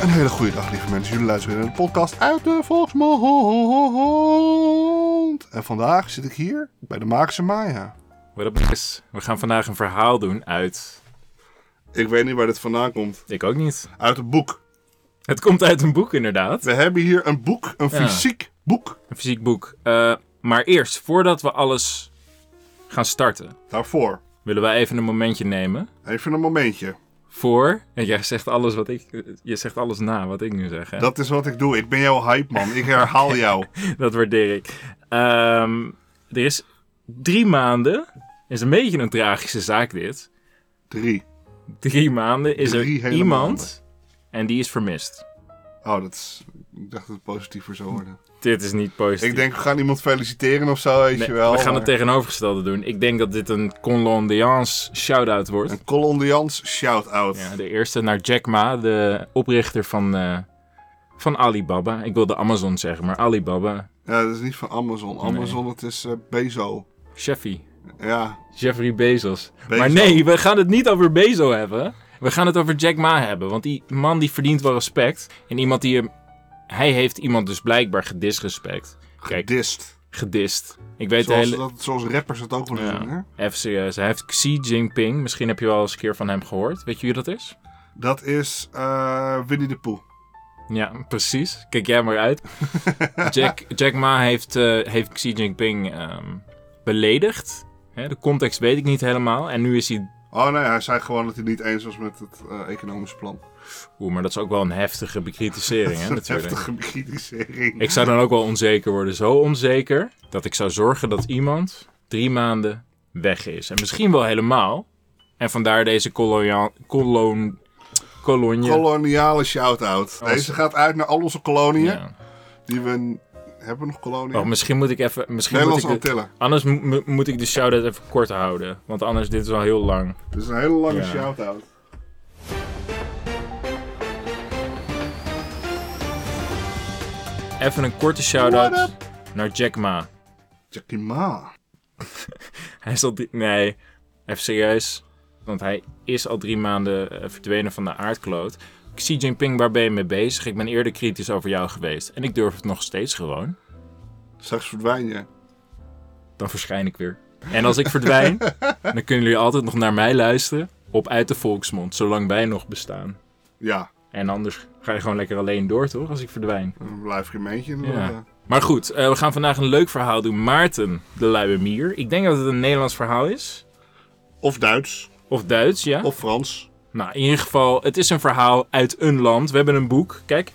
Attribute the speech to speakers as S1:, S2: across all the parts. S1: Een hele goede dag, lieve mensen. Jullie luisteren naar de podcast uit de Volksmond. En vandaag zit ik hier bij de Maagse Maya.
S2: What up, guys? We gaan vandaag een verhaal doen uit...
S1: Ik weet niet waar dit vandaan komt.
S2: Ik ook niet.
S1: Uit het boek.
S2: Het komt uit een boek, inderdaad.
S1: We hebben hier een boek, een fysiek boek.
S2: Een fysiek boek. Eh, maar eerst, voordat we alles gaan starten...
S1: Daarvoor.
S2: willen wij even een momentje nemen
S1: Even een momentje.
S2: voor... En jij zegt alles wat ik... Je zegt alles na wat ik nu zeg, hè?
S1: Dat is wat ik doe. Ik ben jouw hype man. Ik herhaal jou.
S2: Dat waardeer ik. Ehm, er is drie maanden... is een beetje een tragische zaak, dit.
S1: Drie.
S2: Drie maanden is
S1: Drie
S2: er
S1: hele
S2: iemand...
S1: maanden.
S2: en die is vermist.
S1: Oh, dat is... Ik dacht dat het positiever zou worden.
S2: Dit is niet positief.
S1: Ik denk, we gaan iemand feliciteren of zo, weet
S2: Nee,
S1: je wel.
S2: we gaan
S1: maar-
S2: het tegenovergestelde doen. Ik denk dat dit een condoleance shout-out wordt.
S1: Een colondians shout-out.
S2: Ja, de eerste naar Jack Ma, de oprichter van, eh, van Alibaba. Ik wilde Amazon zeggen, maar Alibaba.
S1: Ja, dat is niet van Amazon. Amazon, het is eh, Bezo.
S2: Jeffy.
S1: Ja,
S2: Jeffrey Bezos.
S1: Bezos.
S2: Maar nee, we gaan het niet over Bezos hebben. We gaan het over Jack Ma hebben. Want die man die verdient wel respect. En iemand die hem... Hij heeft iemand dus blijkbaar gedisrespect. Kijk,
S1: gedist.
S2: gedist. Ik weet de
S1: Zoals,
S2: hele...
S1: dat, zoals rappers het ook wel eens doen, hè?
S2: Ja, even serieus. Hij heeft Xi Jinping. Misschien heb je wel eens een keer van hem gehoord. Weet je wie dat is?
S1: Dat is eh Winnie de Pooh.
S2: Ja, precies. Kijk jij maar uit. Jack, Jack Ma heeft, eh, heeft Xi Jinping ehm, beledigd. Hè, de context weet ik niet helemaal. En nu is hij...
S1: Oh nee, hij zei gewoon dat hij niet eens was met het eh, economisch plan.
S2: Oeh, maar dat is ook wel een heftige bekritisering, hè,
S1: dat is een
S2: natuurlijk.
S1: heftige bekritisering.
S2: Ik zou dan ook wel onzeker worden. Zo onzeker dat ik zou zorgen dat iemand drie maanden weg is. En misschien wel helemaal. En vandaar deze kolonia... Kolon... Kolonie...
S1: Koloniale shout-out. Deze gaat uit naar al onze koloniën.
S2: Ja.
S1: Die we... Hebben we nog koloniën?
S2: Oh, misschien moet ik even... Misschien moet
S1: Nederlandse
S2: ik de-
S1: Antillen.
S2: Anders mo- mo- moet ik de shout-out even kort houden. Want anders, dit is al heel lang.
S1: Dit is een hele lange
S2: Ja.
S1: shout-out.
S2: Even een korte
S1: What
S2: shout-out naar Jack Ma.
S1: Jackie Ma.
S2: Hij is al drie... Nee, even serieus. Want hij is al drie maanden eh, verdwenen van de aardkloot. Xi Jinping, waar ben je mee bezig? Ik ben eerder kritisch over jou geweest. En ik durf het nog steeds gewoon.
S1: Straks verdwijn je.
S2: Dan verschijn ik weer. En als ik verdwijn, dan kunnen jullie altijd nog naar mij luisteren. Op Uit de Volksmond, zolang wij nog bestaan.
S1: Ja,
S2: En anders ga je gewoon lekker alleen door, toch? Als ik verdwijn.
S1: dan blijf je meentje.
S2: Ja. Maar goed, eh, we gaan vandaag een leuk verhaal doen. Maarten de Luie Mier. Ik denk dat het een Nederlands verhaal is.
S1: Of Duits.
S2: Of Duits, ja.
S1: Of Frans.
S2: Nou, in ieder geval, het is een verhaal uit een land. We hebben een boek. Kijk.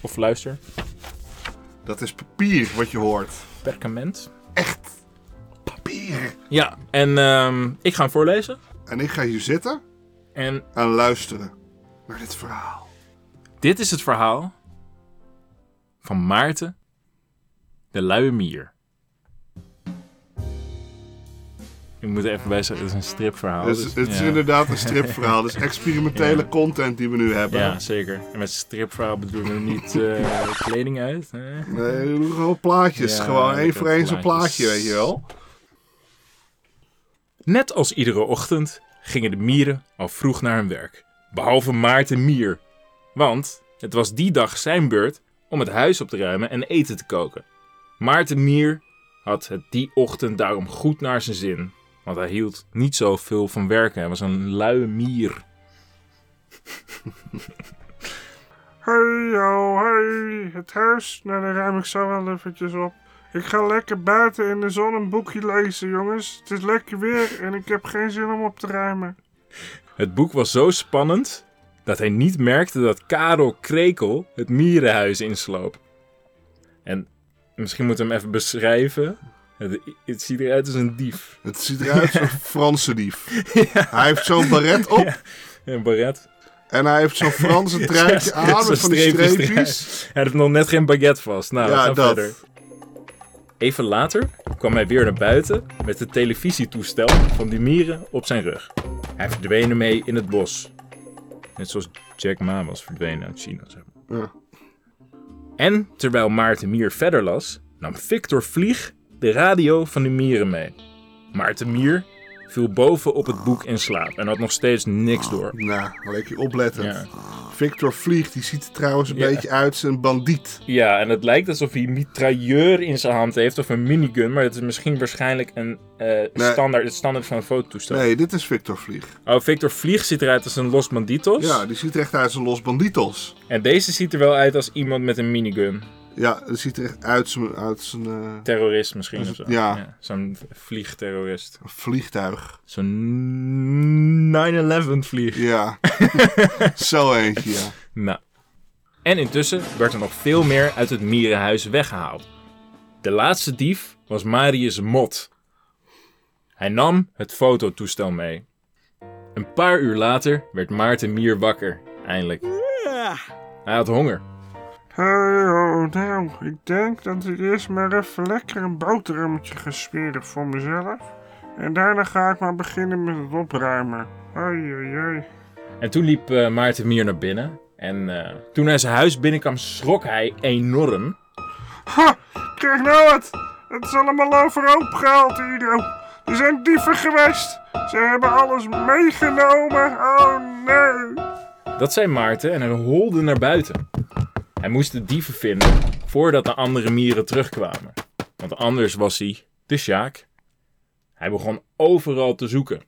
S2: Of luister.
S1: Dat is papier wat je hoort.
S2: Perkament.
S1: Echt papier.
S2: Ja, en ehm, ik ga hem voorlezen.
S1: En ik ga hier zitten
S2: En
S1: en luisteren naar dit
S2: Oh,
S1: verhaal.
S2: dit is het verhaal van Maarten de Luie Mier. Ik moet er even bij zeggen, het is een stripverhaal.
S1: Dus,
S2: dus-
S1: het is
S2: ja.
S1: inderdaad een stripverhaal. Dus experimentele content die we nu hebben.
S2: Ja, zeker. En met stripverhaal bedoelen we niet eh, kleding uit. Hè?
S1: Nee, we doen Eh, gewoon plaatjes.
S2: Ja,
S1: gewoon één
S2: lekker
S1: voor één zo'n
S2: plaatjes.
S1: plaatje, weet je wel.
S2: Net als iedere ochtend gingen de mieren al vroeg naar hun werk. Behalve Maarten Mier. Want het was die dag zijn beurt om het huis op te ruimen en eten te koken. Maarten Mier had het die ochtend daarom goed naar zijn zin. Want hij hield niet zoveel van werken. Hij was een luie mier.
S3: Hey yo, hey, het huis? Nou, daar ruim ik zo wel eventjes op. Ik ga lekker buiten in de zon een boekje lezen, jongens. Het is lekker weer en ik heb geen zin om op te ruimen.
S2: Het boek was zo spannend dat hij niet merkte dat Karel Krekel het mierenhuis insloop. En misschien moeten we hem even beschrijven. Het, het ziet eruit als een dief.
S1: Het ziet eruit als een Franse dief. Hij heeft zo'n baret op
S2: Een baret.
S1: en hij heeft zo'n Franse truitje
S2: Ja,
S1: aan
S2: zo'n
S1: met van die
S2: streepjes
S1: streepjes.
S2: eruit. Hij heeft nog net geen baguette vast. Nou, we
S1: Ja,
S2: gaan
S1: dat.
S2: verder. Even later kwam hij weer naar buiten met het televisietoestel van die mieren op zijn rug. Hij verdween ermee in het bos. Net zoals Jack Ma was verdwenen uit China, zeg maar.
S1: Ja.
S2: En terwijl Maarten Mier verder las, nam Victor Vlieg de radio van de mieren mee. Maarten Mier viel boven op het boek in slaap en had nog steeds niks door.
S1: Nou, lekker opletten.
S2: Ja.
S1: Victor Vlieg, die ziet er trouwens een
S2: Ja.
S1: beetje uit als een bandiet.
S2: Ja, en het lijkt alsof hij een mitrailleur in zijn hand heeft of een minigun, maar dat is misschien waarschijnlijk een eh, standaard, het standaard van een fototoestel.
S1: Nee, dit is Victor Vlieg.
S2: Oh, Victor Vlieg ziet eruit als een Los Banditos.
S1: Ja, die ziet er echt uit als een los banditos.
S2: En deze ziet er wel uit als iemand met een minigun.
S1: Ja, die ziet er echt uit als een, uit als een eh,
S2: Terrorist misschien of zo.
S1: ja.
S2: Zo'n vliegterrorist.
S1: vliegtuig.
S2: Zo'n 9-11 vlieg.
S1: Ja, zo eentje, ja.
S2: Nou. En intussen werd er nog veel meer uit het mierenhuis weggehaald. De laatste dief was Marius Mot. Hij nam het fototoestel mee. Een paar uur later werd Maarten Mier wakker, eindelijk. Hij had honger.
S3: Hey, oh, nou, ik denk dat ik eerst maar even lekker een boterhammetje ga smeren voor mezelf. En daarna ga ik maar beginnen met het opruimen. Ai, ai, ai.
S2: En toen liep eh, Maarten Mier naar binnen. En eh, toen hij zijn huis binnenkwam, schrok hij enorm.
S3: Ha, kijk nou wat. Het is allemaal overhoop gehaald, Ido. Er zijn dieven geweest. Ze hebben alles meegenomen. Oh, nee.
S2: Dat zei Maarten en hij holde naar buiten. Hij moest de dieven vinden voordat de andere mieren terugkwamen. Want anders was hij de Sjaak. Hij begon overal te zoeken.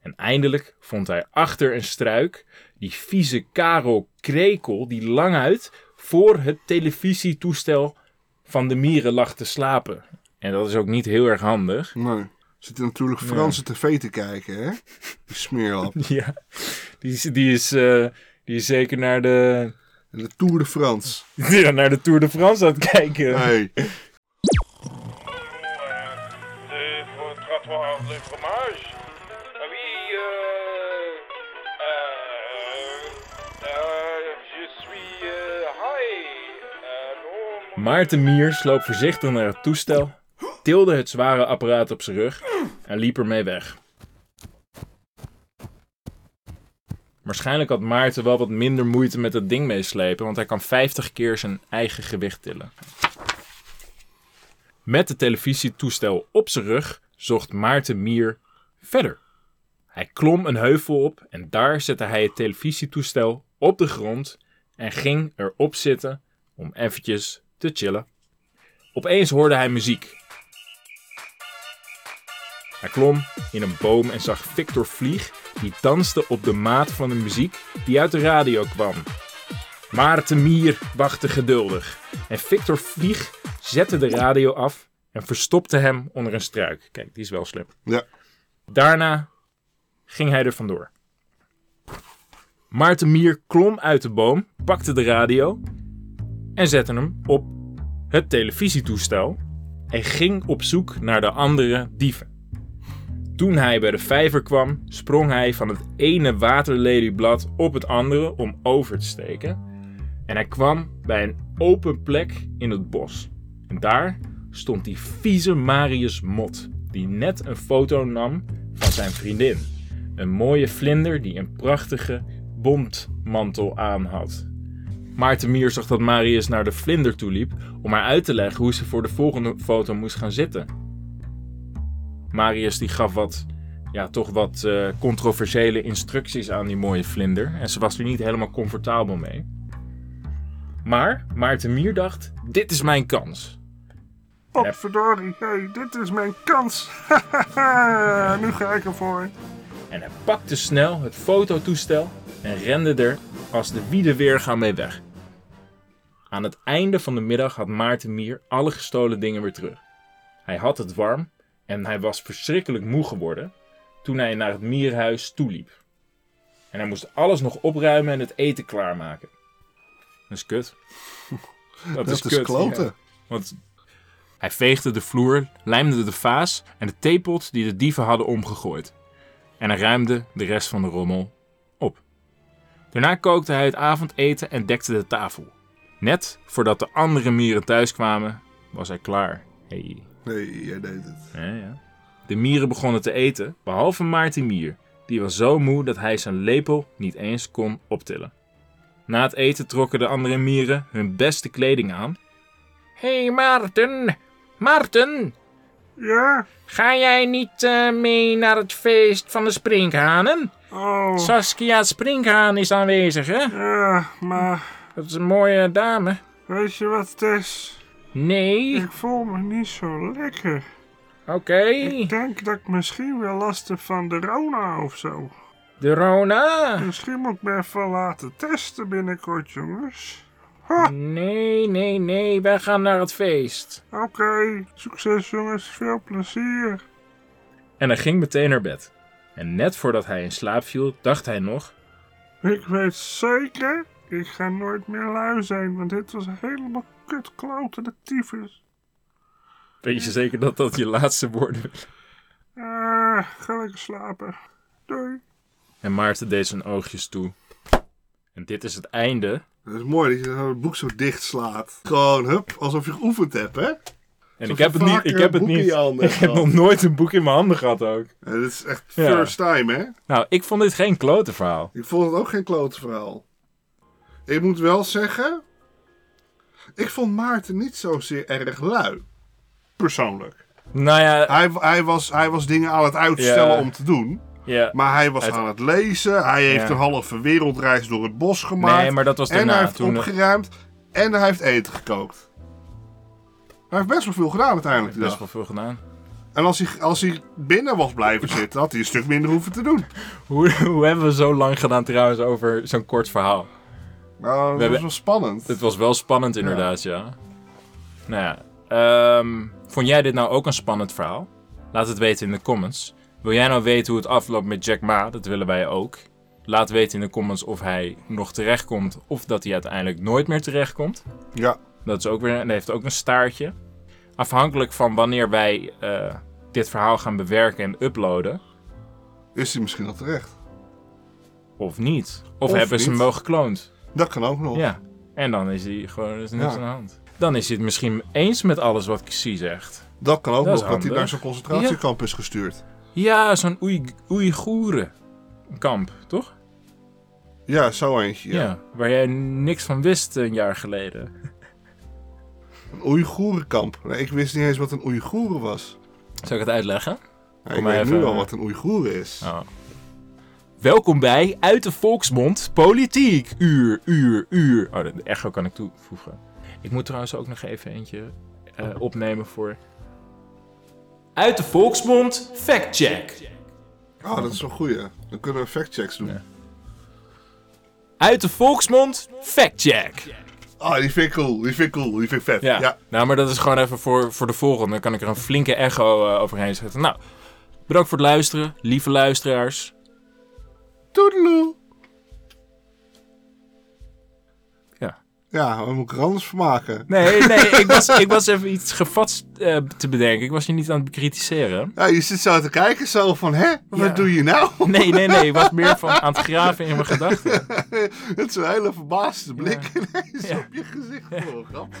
S2: En eindelijk vond hij achter een struik die vieze Karel Krekel die languit voor het televisietoestel van de mieren lag te slapen. En dat is ook niet heel erg handig.
S1: Nee. Zitten natuurlijk Franse tv te kijken, hè? Die smeerlap.
S2: Ja, die is, die is, eh, die is zeker naar de,
S1: En de Tour de France.
S2: ja, naar de Tour de France aan het kijken.
S1: Hey.
S4: de, voor het trottoir de fromage. Ah oui, euh, euh, euh, je suis euh, high. Euh, non, moi,
S2: Maarten Mier sloop voorzichtig naar het toestel, tilde het zware apparaat op zijn rug en liep ermee weg. Waarschijnlijk had Maarten wel wat minder moeite met dat ding meeslepen, want hij kan 50 keer zijn eigen gewicht tillen. Met het televisietoestel op zijn rug zocht Maarten Mier verder. Hij klom een heuvel op en daar zette hij het televisietoestel op de grond en ging erop zitten om eventjes te chillen. Opeens hoorde hij muziek. Hij klom in een boom en zag Victor Vlieg, die danste op de maat van de muziek die uit de radio kwam. Maarten Mier wachtte geduldig en Victor Vlieg zette de radio af en verstopte hem onder een struik. Kijk, die is wel slim.
S1: Ja.
S2: Daarna ging hij er vandoor. Maarten Mier klom uit de boom, pakte de radio en zette hem op het televisietoestel en ging op zoek naar de andere dieven. Toen hij bij de vijver kwam, sprong hij van het ene waterlelieblad op het andere om over te steken. En hij kwam bij een open plek in het bos. En daar stond die vieze Marius Mot, die net een foto nam van zijn vriendin. Een mooie vlinder die een prachtige bontmantel aan had. Maarten Mier zag dat Marius naar de vlinder toe liep om haar uit te leggen hoe ze voor de volgende foto moest gaan zitten. Marius die gaf wat, ja, toch wat eh, controversiële instructies aan die mooie vlinder en ze was er niet helemaal comfortabel mee. Maar Maarten Mier dacht, dit is mijn kans.
S3: Potverdorie, hey, dit is mijn kans. Hahaha, nu ga ik ervoor.
S2: En hij pakte snel het fototoestel en rende er als de wiede weer gaan mee weg. Aan het einde van de middag had Maarten Mier alle gestolen dingen weer terug. Hij had het warm en hij was verschrikkelijk moe geworden toen hij naar het mierhuis toeliep. En hij moest alles nog opruimen en het eten klaarmaken. Dat is kut. Dat,
S1: Dat is
S2: kut,
S1: kloten.
S2: ja. Want hij veegde de vloer, lijmde de vaas en de theepot die de dieven hadden omgegooid. En hij ruimde de rest van de rommel op. Daarna kookte hij het avondeten en dekte de tafel. Net voordat de andere mieren thuis kwamen, was hij klaar. Hey.
S1: Nee, jij deed het.
S2: Ja, ja. De mieren begonnen te eten, behalve Maarten Mier. Die was zo moe dat hij zijn lepel niet eens kon optillen. Na het eten trokken de andere mieren hun beste kleding aan. Hé hey Maarten, Maarten,
S3: Ja?
S2: Ga jij niet eh, mee naar het feest van de sprinkhanen?
S3: Oh,
S2: Saskia Sprinkhaan is aanwezig, hè?
S3: ja, maar
S2: Dat is een mooie dame.
S3: weet je wat het is?
S2: Nee.
S3: Ik voel me niet zo lekker.
S2: Oké.
S3: Ik denk dat ik misschien wel last heb van de Rona of zo.
S2: De Rona.
S3: Misschien moet ik me even laten testen binnenkort, jongens. Ha,
S2: Nee, nee, nee. Wij gaan naar het feest.
S3: oké. Succes, jongens. Veel plezier.
S2: En hij ging meteen naar bed. En net voordat hij in slaap viel, dacht hij nog...
S3: Ik weet zeker, ik ga nooit meer lui zijn, want dit was helemaal kut kloten de tyfus.
S2: Weet je zeker dat dat je laatste woorden
S3: Ah, ga lekker slapen. Doei.
S2: En Maarten deed zijn oogjes toe. En dit is het einde.
S1: Het is mooi dat je zo het boek zo dicht slaat. Gewoon, hup, alsof je geoefend hebt, hè?
S2: En
S1: Alsof
S2: ik heb
S1: je
S2: het niet.
S1: vaker
S2: Ik heb
S1: een
S2: het
S1: boek in
S2: niet.
S1: je handen
S2: Ik heb
S1: hebt
S2: nog nooit een boek in mijn handen gehad ook.
S1: Ja, dit is echt
S2: Ja.
S1: first time, hè?
S2: Nou, ik vond dit geen klote verhaal.
S1: Ik vond het ook geen klote verhaal. Ik moet wel zeggen... Ik vond Maarten niet zozeer erg lui. Persoonlijk.
S2: Nou ja,
S1: Hij, hij, was, hij was dingen aan het uitstellen
S2: Ja.
S1: om te doen.
S2: ja.
S1: Maar hij was
S2: Uit-
S1: aan het lezen. Hij heeft
S2: Ja.
S1: een halve wereldreis door het bos gemaakt.
S2: Nee, maar dat was
S1: En
S2: daarna,
S1: hij heeft
S2: toen- eh,
S1: opgeruimd. En hij heeft eten gekookt. Hij heeft best wel veel gedaan uiteindelijk. die
S2: best
S1: dag.
S2: wel veel gedaan.
S1: En als hij, als hij binnen was blijven zitten, had hij een stuk minder hoeven te doen.
S2: Hoe, hoe hebben we zo lang gedaan trouwens over zo'n kort verhaal?
S1: Nou, dat was
S2: hebben-
S1: wel spannend.
S2: Het was wel spannend inderdaad, ja. Nou ja, ehm, vond jij dit nou ook een spannend verhaal? Laat het weten in de comments. Wil jij nou weten hoe het afloopt met Jack Ma? Dat willen wij ook. Laat weten in de comments of hij nog terechtkomt of dat hij uiteindelijk nooit meer terechtkomt.
S1: Ja.
S2: Dat is ook weer, en hij heeft ook een staartje. Afhankelijk van wanneer wij eh, dit verhaal gaan bewerken en uploaden,
S1: Is hij misschien al terecht?
S2: of niet. Of,
S1: Of
S2: hebben ze hem
S1: niet.
S2: wel gekloond.
S1: Dat kan ook nog.
S2: Ja, en dan is hij gewoon er is niks
S1: Ja.
S2: aan de hand. Dan is hij het misschien eens met alles wat Xi zegt.
S1: Dat kan ook
S2: Dat is
S1: nog, dat hij
S2: handig.
S1: naar zo'n concentratiekamp is gestuurd.
S2: Ja, zo'n Oei- Oeigoerenkamp, toch?
S1: Ja, zo eentje.
S2: Ja.
S1: Ja.
S2: Waar jij niks van wist een jaar geleden.
S1: Een Oeigoerenkamp. Nee, ik wist niet eens wat een Oeigoeren was.
S2: Zal ik het uitleggen?
S1: Ja, ik
S2: Kom maar
S1: weet nu
S2: even-
S1: al wat een Oeigoer is.
S2: Oh. Welkom bij Uit de Volksmond Politiek. Uur, uur, uur. Oh, de echo kan ik toevoegen. Ik moet trouwens ook nog even eentje eh, opnemen voor... Uit de Volksmond Fact Check.
S1: Oh, dat is wel goeie. Dan kunnen we factchecks doen.
S2: Uit de Volksmond Fact Check.
S1: Oh, die vind ik cool. Die vind ik cool. Die vind ik vet.
S2: Ja.
S1: Ja.
S2: nou, maar dat is gewoon even voor, voor de volgende. Dan kan ik er een flinke echo eh, overheen zetten. Nou, bedankt voor het luisteren, lieve luisteraars.
S1: Toedeloe.
S2: Ja.
S1: Ja, we moeten er anders van maken.
S2: Nee, nee, ik was, ik was even iets gevatst eh, te bedenken. Ik was je niet aan het bekritiseren.
S1: Ja, je zit zo te kijken, zo van, hè? Wat
S2: Ja.
S1: doe je nou?
S2: Nee, nee, nee. Ik was meer van aan het graven in mijn gedachten.
S1: Het is een hele verbaasde blik ineens
S2: Ja.
S1: op je gezicht. Gewoon grappig.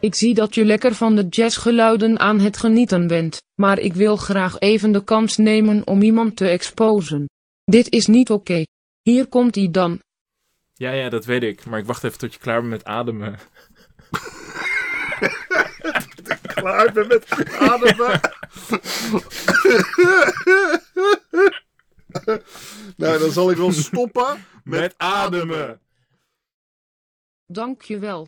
S5: Ik zie dat je lekker van de jazzgeluiden aan het genieten bent, maar ik wil graag even de kans nemen om iemand te exposen. Dit is niet oké. Hier komt hij dan.
S2: Ja, ja, dat weet ik. Maar ik wacht even tot je klaar bent met ademen.
S1: Klaar ben met ademen. nou, dan zal ik wel stoppen
S2: ademen!
S5: Dank je wel.